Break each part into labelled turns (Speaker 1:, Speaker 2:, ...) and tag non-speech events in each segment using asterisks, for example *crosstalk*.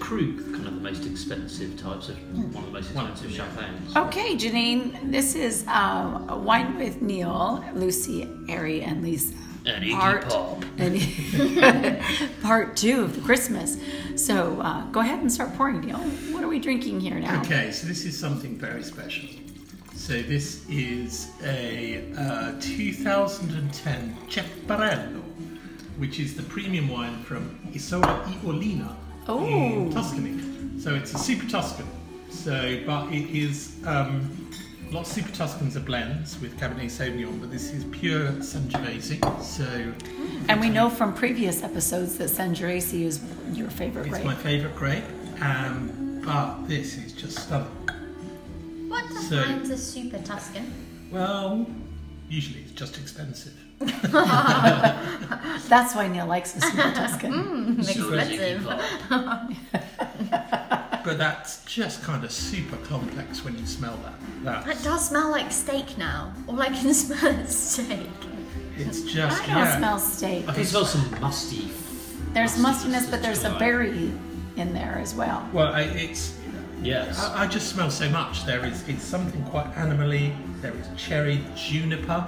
Speaker 1: Krug, kind of the most expensive types of one of the most expensive champagnes.
Speaker 2: Okay, Janine, this is uh, Wine with Neil, Lucy, Ari, and Lisa.
Speaker 1: And Iggy Pop.
Speaker 2: and- *laughs* part two of the Christmas. So uh, go ahead and start pouring, Neil. What are we drinking here now?
Speaker 3: Okay, so this is something very special. So this is a uh, 2010 Cepparello, which is the premium wine from Isola Iolina
Speaker 2: Oh.
Speaker 3: in Tuscany. So it's a super Tuscan. So, but it is um, lots of super Tuscans are blends with Cabernet Sauvignon, but this is pure Sangiovese. So
Speaker 2: And we know from previous episodes that Sangiovese is your favorite,
Speaker 3: it's
Speaker 2: right?
Speaker 3: my favourite grape, um, but this is just stunning.
Speaker 4: What
Speaker 3: So-
Speaker 4: defines a super
Speaker 3: *laughs*
Speaker 4: Tuscan?
Speaker 3: Well, usually it's just expensive.
Speaker 2: That's why Neil likes the
Speaker 3: *laughs*
Speaker 2: Super Tuscan.
Speaker 1: Sure as Iggy
Speaker 4: Expensive.
Speaker 1: *laughs* Pop.
Speaker 3: But that's just kind of super complex when you smell that.
Speaker 4: That
Speaker 3: That
Speaker 4: does smell like steak now. All I can *laughs* smell is steak.
Speaker 3: it's just
Speaker 2: I don't
Speaker 3: yeah.
Speaker 2: smell steak.
Speaker 1: I can smell some musty.
Speaker 2: There's mustiness, but there's a
Speaker 1: Right.
Speaker 2: berry in there as well.
Speaker 3: Well, I, it's
Speaker 1: Yes.
Speaker 3: I, I just smell so much. There is it's something quite animally. There is cherry, juniper,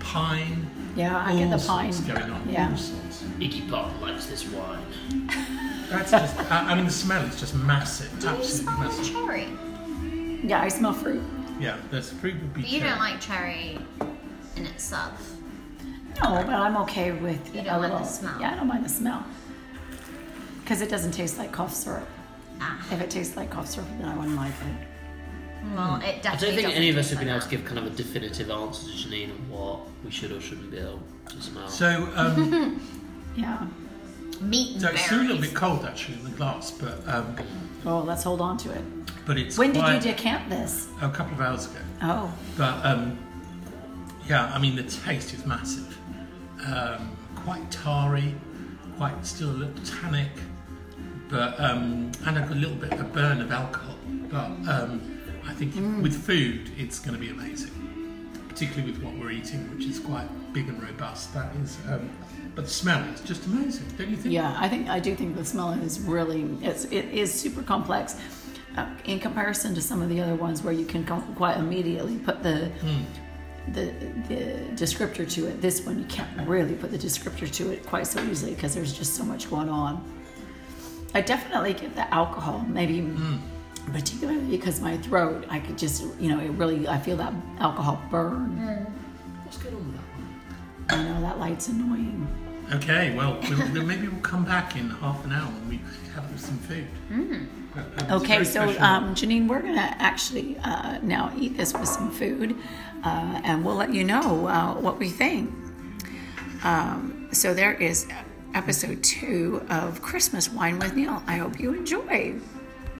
Speaker 3: pine.
Speaker 2: Yeah, Oh, I get
Speaker 3: all
Speaker 2: the pine.
Speaker 3: sorts going on.
Speaker 2: Yeah.
Speaker 3: All sorts.
Speaker 1: Iggy Pop likes this wine.
Speaker 3: That's just.
Speaker 2: *laughs*
Speaker 3: I, I mean, the smell is just massive.
Speaker 4: Do you
Speaker 3: absolutely
Speaker 4: smell
Speaker 3: massive.
Speaker 4: the cherry?
Speaker 2: Yeah, I smell fruit.
Speaker 3: yeah, the fruit would be.
Speaker 4: But you
Speaker 3: cherry.
Speaker 4: don't like cherry in itself.
Speaker 2: No, but I'm okay with
Speaker 4: You
Speaker 2: a
Speaker 4: don't mind the
Speaker 2: little.
Speaker 4: smell.
Speaker 2: Yeah, I don't mind the smell. Because it doesn't taste like cough syrup.
Speaker 4: Ah,
Speaker 2: If it tastes like cough syrup, then I wouldn't like it.
Speaker 4: well,
Speaker 1: I
Speaker 4: it definitely
Speaker 1: don't think
Speaker 4: doesn't
Speaker 1: any of us
Speaker 4: taste
Speaker 1: have been
Speaker 4: like
Speaker 1: able to give kind of a definitive answer to Janine on what we should or shouldn't be able to smell.
Speaker 3: So
Speaker 4: *laughs*
Speaker 3: um,
Speaker 2: Yeah.
Speaker 4: that. meat and
Speaker 3: so it's still a little
Speaker 4: berries.
Speaker 3: bit cold actually in the glass, but um,
Speaker 2: Oh, let's hold on to it.
Speaker 3: but it's
Speaker 2: When did you
Speaker 3: quite-
Speaker 2: decant this?
Speaker 3: a couple of hours ago.
Speaker 2: Oh,
Speaker 3: But um, yeah, I mean the taste is massive. Um, quite tarry, quite still a little tannic, but um, and I've got a little bit of a burn of alcohol. But um, I think
Speaker 2: Mm.
Speaker 3: with food, it's going to be amazing, particularly with what we're eating, which is quite big and robust. That is, um, but the smell is just amazing, don't you think?
Speaker 2: yeah. I think I do think the smell is really it's it is super complex. Uh, in comparison to some of the other ones where you can co- quite immediately put the
Speaker 1: Hmm.
Speaker 2: the the descriptor to it, this one you can't really put the descriptor to it quite so easily because there's just so much going on. I definitely get the alcohol, maybe
Speaker 1: Hmm.
Speaker 2: particularly because my throat, I could just you know it really I feel that alcohol burn.
Speaker 1: What's going on with that one?
Speaker 2: I know that light's annoying.
Speaker 3: Okay. Well, we'll, we'll- maybe we'll come back in half an hour and we have some food. But, um, it's
Speaker 2: Mm. Okay,
Speaker 3: very
Speaker 2: so
Speaker 3: special.
Speaker 2: um, Janine, we're gonna actually uh, now eat this with some food, uh, and we'll let you know uh, what we think. Um, so there is episode two of Christmas Wine with Neil. I hope you enjoy.